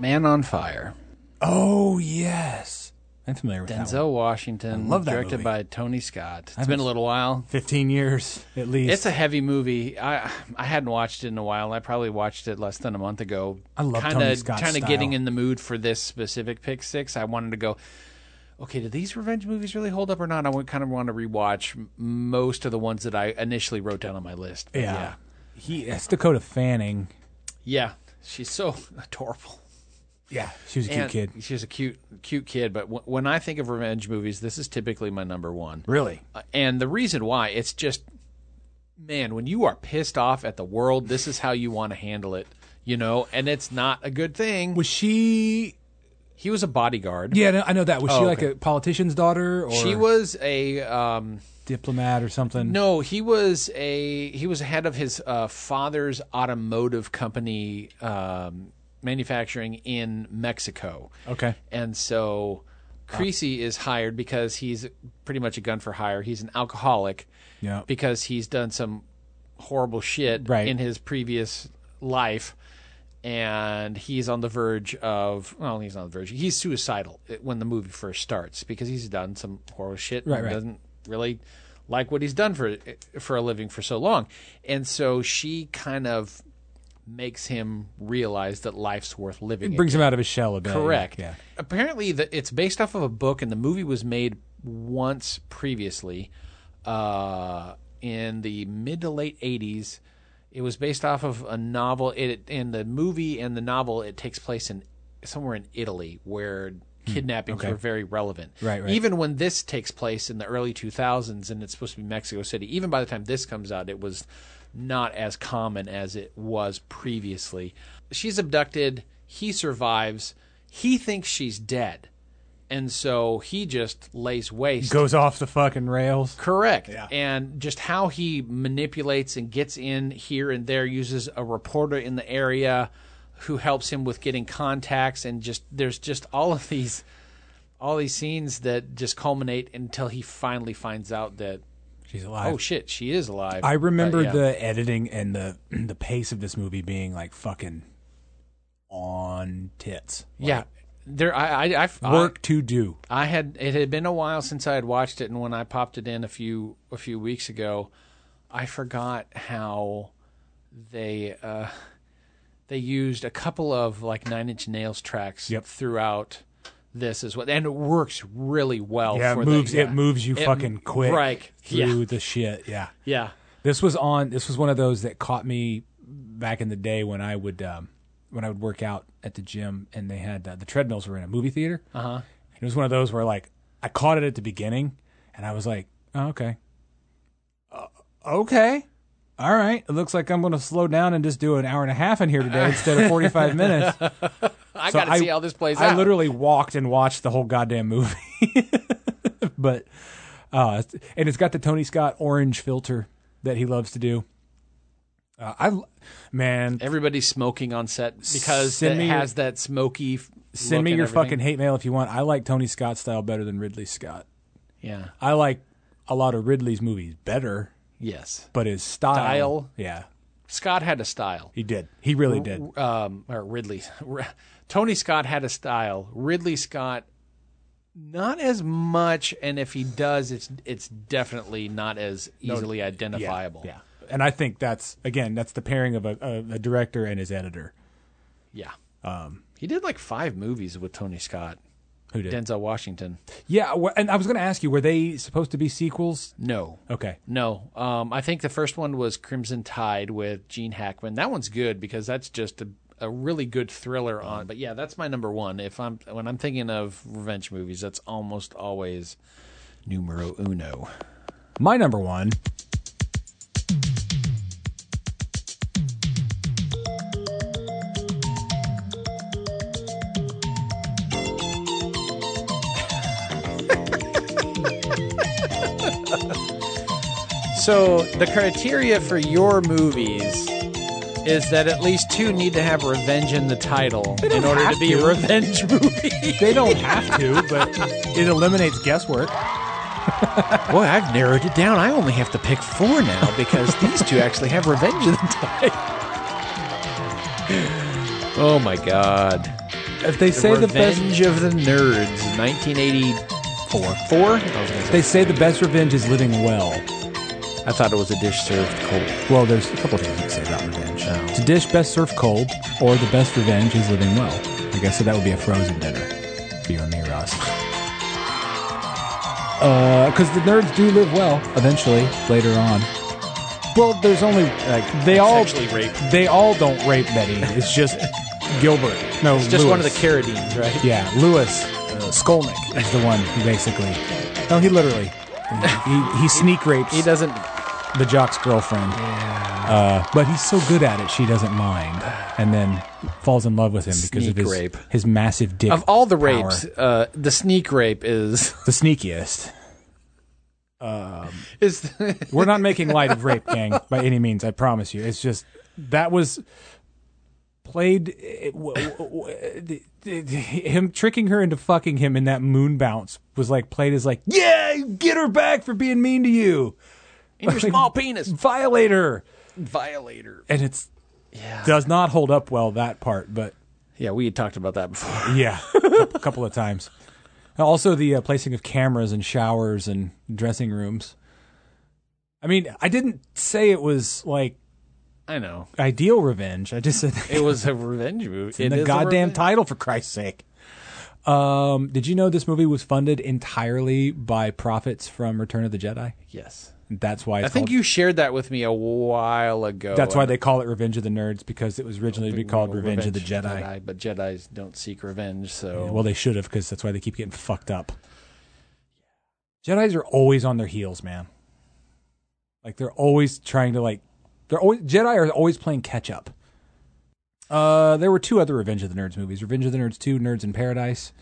Man on Fire. Oh yes, I'm familiar with that. One. Denzel Washington. I love that Directed movie. by Tony Scott. It's haven't been a s- little while. Fifteen years at least. It's a heavy movie. I I hadn't watched it in a while. I probably watched it less than a month ago. I love kinda, Tony Scott's Kind of style. getting in the mood for this specific pick six. I wanted to go. Okay, do these revenge movies really hold up or not? I would kind of want to rewatch m- most of the ones that I initially wrote down on my list. But yeah. He that's Dakota Fanning. yeah, she's so *laughs* adorable. Yeah, she was a cute And kid. She's a cute, cute kid. But w- when I think of revenge movies, this is typically my number one. Really? Uh, and the reason why it's just man when you are pissed off at the world this is how you want to handle it you know and it's not a good thing Was she? he was a bodyguard Yeah, no, I know that. Was she Oh, like okay. a politician's daughter or she was a um diplomat or something? no he was a he was head of his uh, father's automotive company um manufacturing in mexico Okay. and so Creasy is hired because he's pretty much a gun for hire. He's an alcoholic Yeah. because he's done some horrible shit Right. in his previous life. And he's on the verge of, well, he's not on the verge. He's suicidal when the movie first starts because he's done some horrible shit Right, and right. doesn't really like what he's done for for a living for so long. And so she kind of makes him realize that life's worth living. Brings him out of his shell a bit. Correct. Yeah. Apparently, the, it's based off of a book, and the movie was made once previously uh, in the mid to late '80s. It was based off of a novel. It in the movie and the novel, it takes place in somewhere in Italy where kidnappings were very relevant. Hmm. Right, right. Even when this takes place in the early 2000s, and it's supposed to be Mexico City. Even by the time this comes out, it was not as common as it was previously. She's abducted. He survives. He thinks she's dead And so he just lays waste. Goes off the fucking rails. Correct. Yeah. And just how he manipulates and gets in here and there, uses a reporter in the area who helps him with getting contacts and just there's just all of these all these scenes that just culminate until he finally finds out that she's alive. Oh shit, she is alive. I remember But, yeah. the editing and the *clears throat* the pace of this movie being like fucking on tits. Yeah. There I I I Work to do. I had it had been a while since I had watched it, and when I popped it in a few a few weeks ago, I forgot how they uh, they used a couple of like Nine Inch Nails tracks Yep. throughout this as well, and it works really well. Yeah, Oh, for it the- moves. yeah. It moves you It- fucking quick Right? through Yeah, the shit. Yeah. yeah. This was on. This was one of those that caught me back in the day when I would um, when I would work out at the gym, and they had uh, the treadmills were in a movie theater. Uh Uh-huh. huh. It was one of those where like I caught it at the beginning, and I was like, oh, okay, uh, okay, all right. It looks like I'm going to slow down and just do an hour and a half in here *laughs* today instead of 45 minutes. I So got to see how this plays I out. literally walked and watched the whole goddamn movie. *laughs* but uh, and it's got the Tony Scott orange filter that he loves to do. Uh, I l- man, Everybody's smoking on set because Send it me your- has that smoky. f- send look me and your everything. fucking hate mail if you want. I like Tony Scott style better than Ridley Scott. yeah. I like a lot of Ridley's movies better, Yes, but his style, Style? yeah, Scott had a style. he did. He really did. um, or Ridley. *laughs* Tony Scott had a style. Ridley Scott, not as much. And if he does, it's it's definitely not as easily identifiable. Yeah, and I think that's again that's the pairing of a, a, a director and his editor. yeah. he did like five movies with Tony Scott. Who Um, did? Denzel Washington. Yeah, wh- and I was going to ask you, were they supposed to be sequels? No. Okay. No, um, I think the first one was Crimson Tide with Gene Hackman. That one's good because that's just a, a really good thriller on. But yeah, that's my number one. If I'm when I'm thinking of revenge movies, that's almost always numero uno. My number one. So the criteria for your movies is that at least two need to have revenge in the title in order to have be to. a revenge *laughs* movie. They don't have to, but it eliminates guesswork. Boy, I've narrowed it down. I only have to pick four now because these two actually have revenge in the title. *laughs* Oh my god. If they say the best, Revenge of the Nerds, 1984. Four? I, was gonna say- they say the best revenge is living well. I thought it was a dish served cold. Well, there's a couple things you can say about revenge. To dish best served cold, or the best revenge is living well. Like I said, that would be a frozen dinner. For you and me, Ross. Because the nerds do live well eventually later on. Well, there's only like they all Sexually raped. They all don't rape Betty. It's *laughs* just Gilbert. No, It's just one of the Lewis. Carradines, right? Yeah, Lewis uh, Skolnick is the one who basically. No, he literally. He, he, he sneak rapes *laughs* He doesn't. the jock's girlfriend. Uh, but he's so good at it, she doesn't mind. And then falls in love with him because of Sneak his, rape. his massive dick. Of all the power. rapes, uh, the sneak rape is *laughs* the sneakiest. is We're not making light of rape, gang, by any means, I promise you. It's just that was played it, w- w- w- the- the- the- him tricking her into fucking him in that moon bounce was like played as like yeah get her back for being mean to you in your *laughs* small penis violate her violator. and it's does not hold up well that part but Yeah, we had talked about that before. Yeah, a couple of times. And Also, the uh, placing of cameras and showers and dressing rooms. I mean, I didn't say it was like I know ideal revenge. I just said it was a revenge movie. It's in the goddamn title for Christ's sake. Um, did you know this movie was funded entirely by profits from Return of the Jedi? Yes, That's why it's I think called- you shared that with me a while ago. That's why and they call it Revenge of the Nerds because it was originally to be called Well, Revenge, of the Jedi. But Jedi's don't seek revenge, so Well, they should have because that's why they keep getting fucked up. Jedi's are always on their heels, man. Like they're always trying to like they're always Jedi are always playing catch up. Uh, there were two other Revenge of the Nerds movies: Revenge of the Nerds Two, Nerds in Paradise.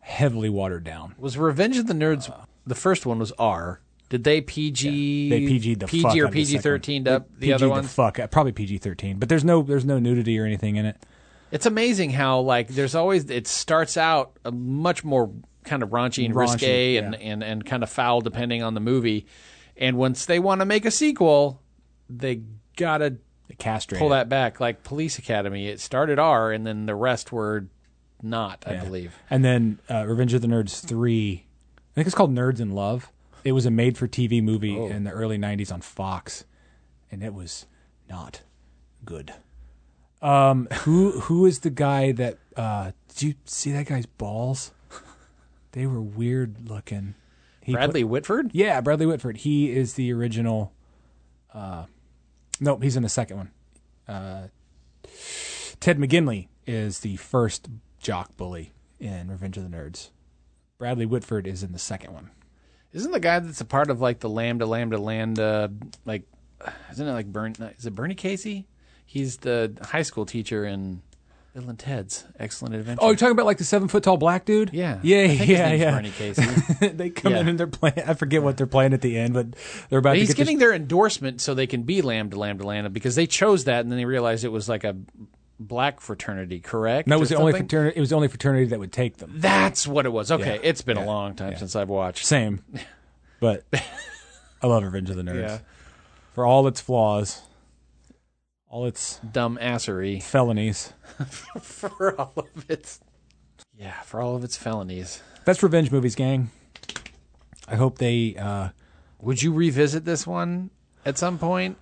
heavily watered down. Was Revenge of the Nerds Uh, the first one was R? Did they PG? They PG'd the PG fuck or out of the PG second thirteen one. up the They PG'd other one. The fuck, out- probably PG thirteen. But there's no there's no nudity or anything in it. It's amazing how like there's always it starts out a much more kind of raunchy and Raunchy, risque and, yeah. and and kind of foul depending on the movie, and once they want to make a sequel, they gotta Castrated. pull that back. Like Police Academy, it started R, and then the rest were not, I believe. And then uh, Revenge of the Nerds 3, I think it's called Nerds in Love. It was a made for TV movie in the early 90s on Fox, and it was not good. Um, who who is the guy that uh, did you see that guy's balls? They were weird looking. He put- Bradley Whitford. yeah, Bradley Whitford. He is the original. Uh, nope, he's in the second one. Uh, Ted McGinley is the first jock bully in Revenge of the Nerds. Bradley Whitford is in the second one. Isn't the guy that's a part of like the Lambda Lambda Lambda like isn't it like Bern is it Bernie Casey? He's the high school teacher in Bill and Ted's Excellent Adventure. Oh, you're talking about like the seven foot tall black dude? yeah. yeah, I think his yeah, name's yeah. Bernie *laughs* *laughs* Casey. they come in Yeah. and they're playing. I forget what they're playing at the end, but they're about He's to get *laughs* getting their endorsement so they can be Lambda Lambda Lambda because they chose that and then they realized it was like a black fraternity, correct? That or was the only something? fraternity. It was the only fraternity that would take them. That's what it was. Okay, Yeah. it's been a long time since I've watched. *laughs* Same, but I love Revenge of the Nerds Yeah. for all its flaws, all its Dumb assery felonies. for all of its Yeah, for all of its felonies. That's revenge movies, gang. I hope they. Uh, Would you revisit this one at some point?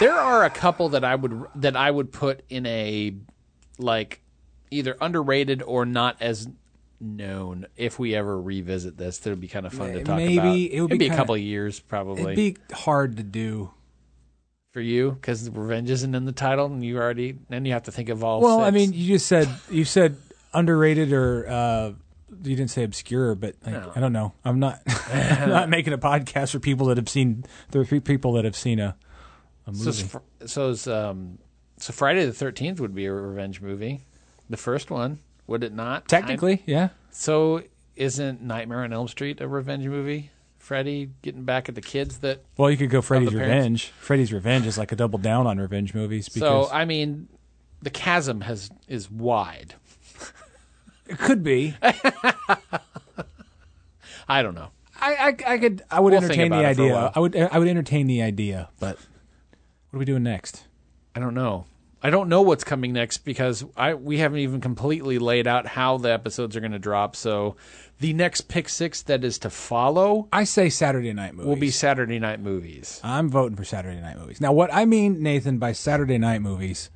There are a couple that I would that I would put in a like either underrated or not as known. If we ever revisit this, that would be kind of fun to talk Maybe about. it would It'd be a kinda- couple of years probably it'd be hard to do. for you because revenge isn't in the title, and you already and you have to think of all. Well, I six. mean, you just said you said underrated or uh, you didn't say obscure, but like, I don't know. I'm not *laughs* I'm not making a podcast for people that have seen. There are people that have seen a. so it's fr- so it's, um so Friday the Thirteenth would be a revenge movie, the first one would it not? I'm- Technically, yeah. So isn't Nightmare on Elm Street a revenge movie? Freddy getting back at the kids that Well, you could go Freddy's the parents. Revenge. Freddy's Revenge is like a double down on revenge movies because So I mean the chasm has is wide. it could be. I, I don't know. I, I could. I would We'll think entertain the about it for a idea. while. I would. I would entertain the idea. But what are we doing next? I don't know. I don't know what's coming next because I we haven't even completely laid out how the episodes are going to drop. So the next pick 6 that is to follow I say Saturday night movies. will be Saturday night movies. I'm voting for Saturday night movies. Now, what I mean, Nathan, by Saturday night movies,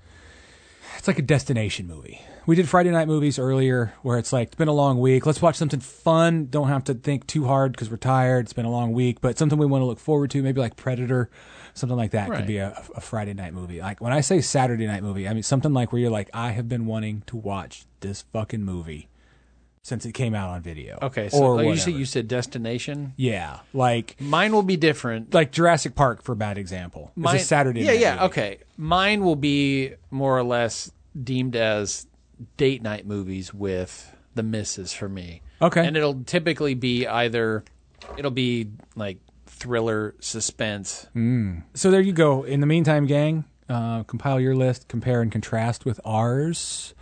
it's like a destination movie. We did Friday night movies earlier, where it's like it's been a long week. Let's watch something fun. Don't have to think too hard because we're tired. It's been a long week, but something we want to look forward to. Maybe like Predator, something like that could Right. be a, a Friday night movie. Like when I say Saturday night movie, I mean something like where you're like, I have been wanting to watch this fucking movie since it came out on video. Okay, so or like you whatever. said you said destination. yeah, like Mine will be different. like Jurassic Park for a bad example. It's a Saturday. Yeah, night yeah. movie. Okay, mine will be more or less deemed as date night movies with the misses for me. Okay. and it'll typically be either it'll be like thriller, suspense. Hmm. So there you go. In the meantime, gang, uh, compile your list, compare and contrast with ours.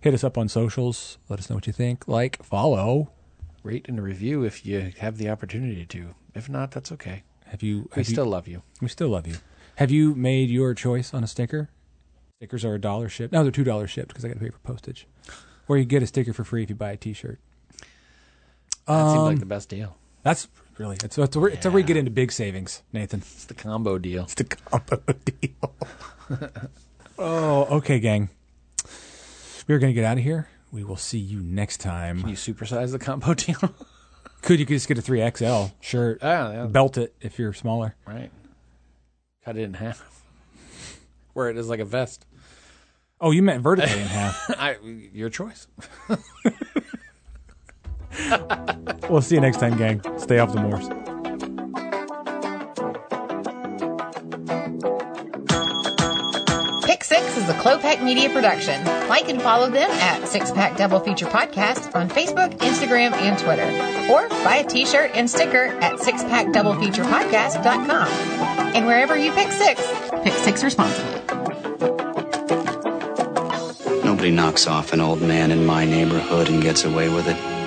Hit us up on socials. Let us know what you think. Like, follow. Rate and review if you have the opportunity to. If not, that's okay. Have you? We have you- still love you. we still love you. Have you made your choice on a sticker? Stickers are a dollar shipped. No, they're two dollars shipped because I got to pay for postage. Or you get a sticker for free if you buy a T-shirt. That seems Um, like the best deal. That's really it's it's, where- it's where we get into big savings, Nathan. It's the combo deal. It's the combo deal. *laughs* oh, okay, gang. We're gonna get out of here. We will see you next time. You supersize the combo *laughs* deal, Could you could just get a three XL shirt? Ah, yeah. Belt it if you're smaller. right? Cut it in half. Wear it as like a vest. Oh, you meant vertically in *laughs* half. I, your choice. We'll see you next time, gang. Stay off the moors. Pick Six is is a Clopac Media production. Like and follow them at Six Pack Double Feature Podcast on Facebook, Instagram, and Twitter. Or buy a t shirt and sticker at sixpackdoublefeaturepodcast.com. And wherever you pick six, pick six responsibly. Nobody knocks off an old man in my neighborhood and gets away with it.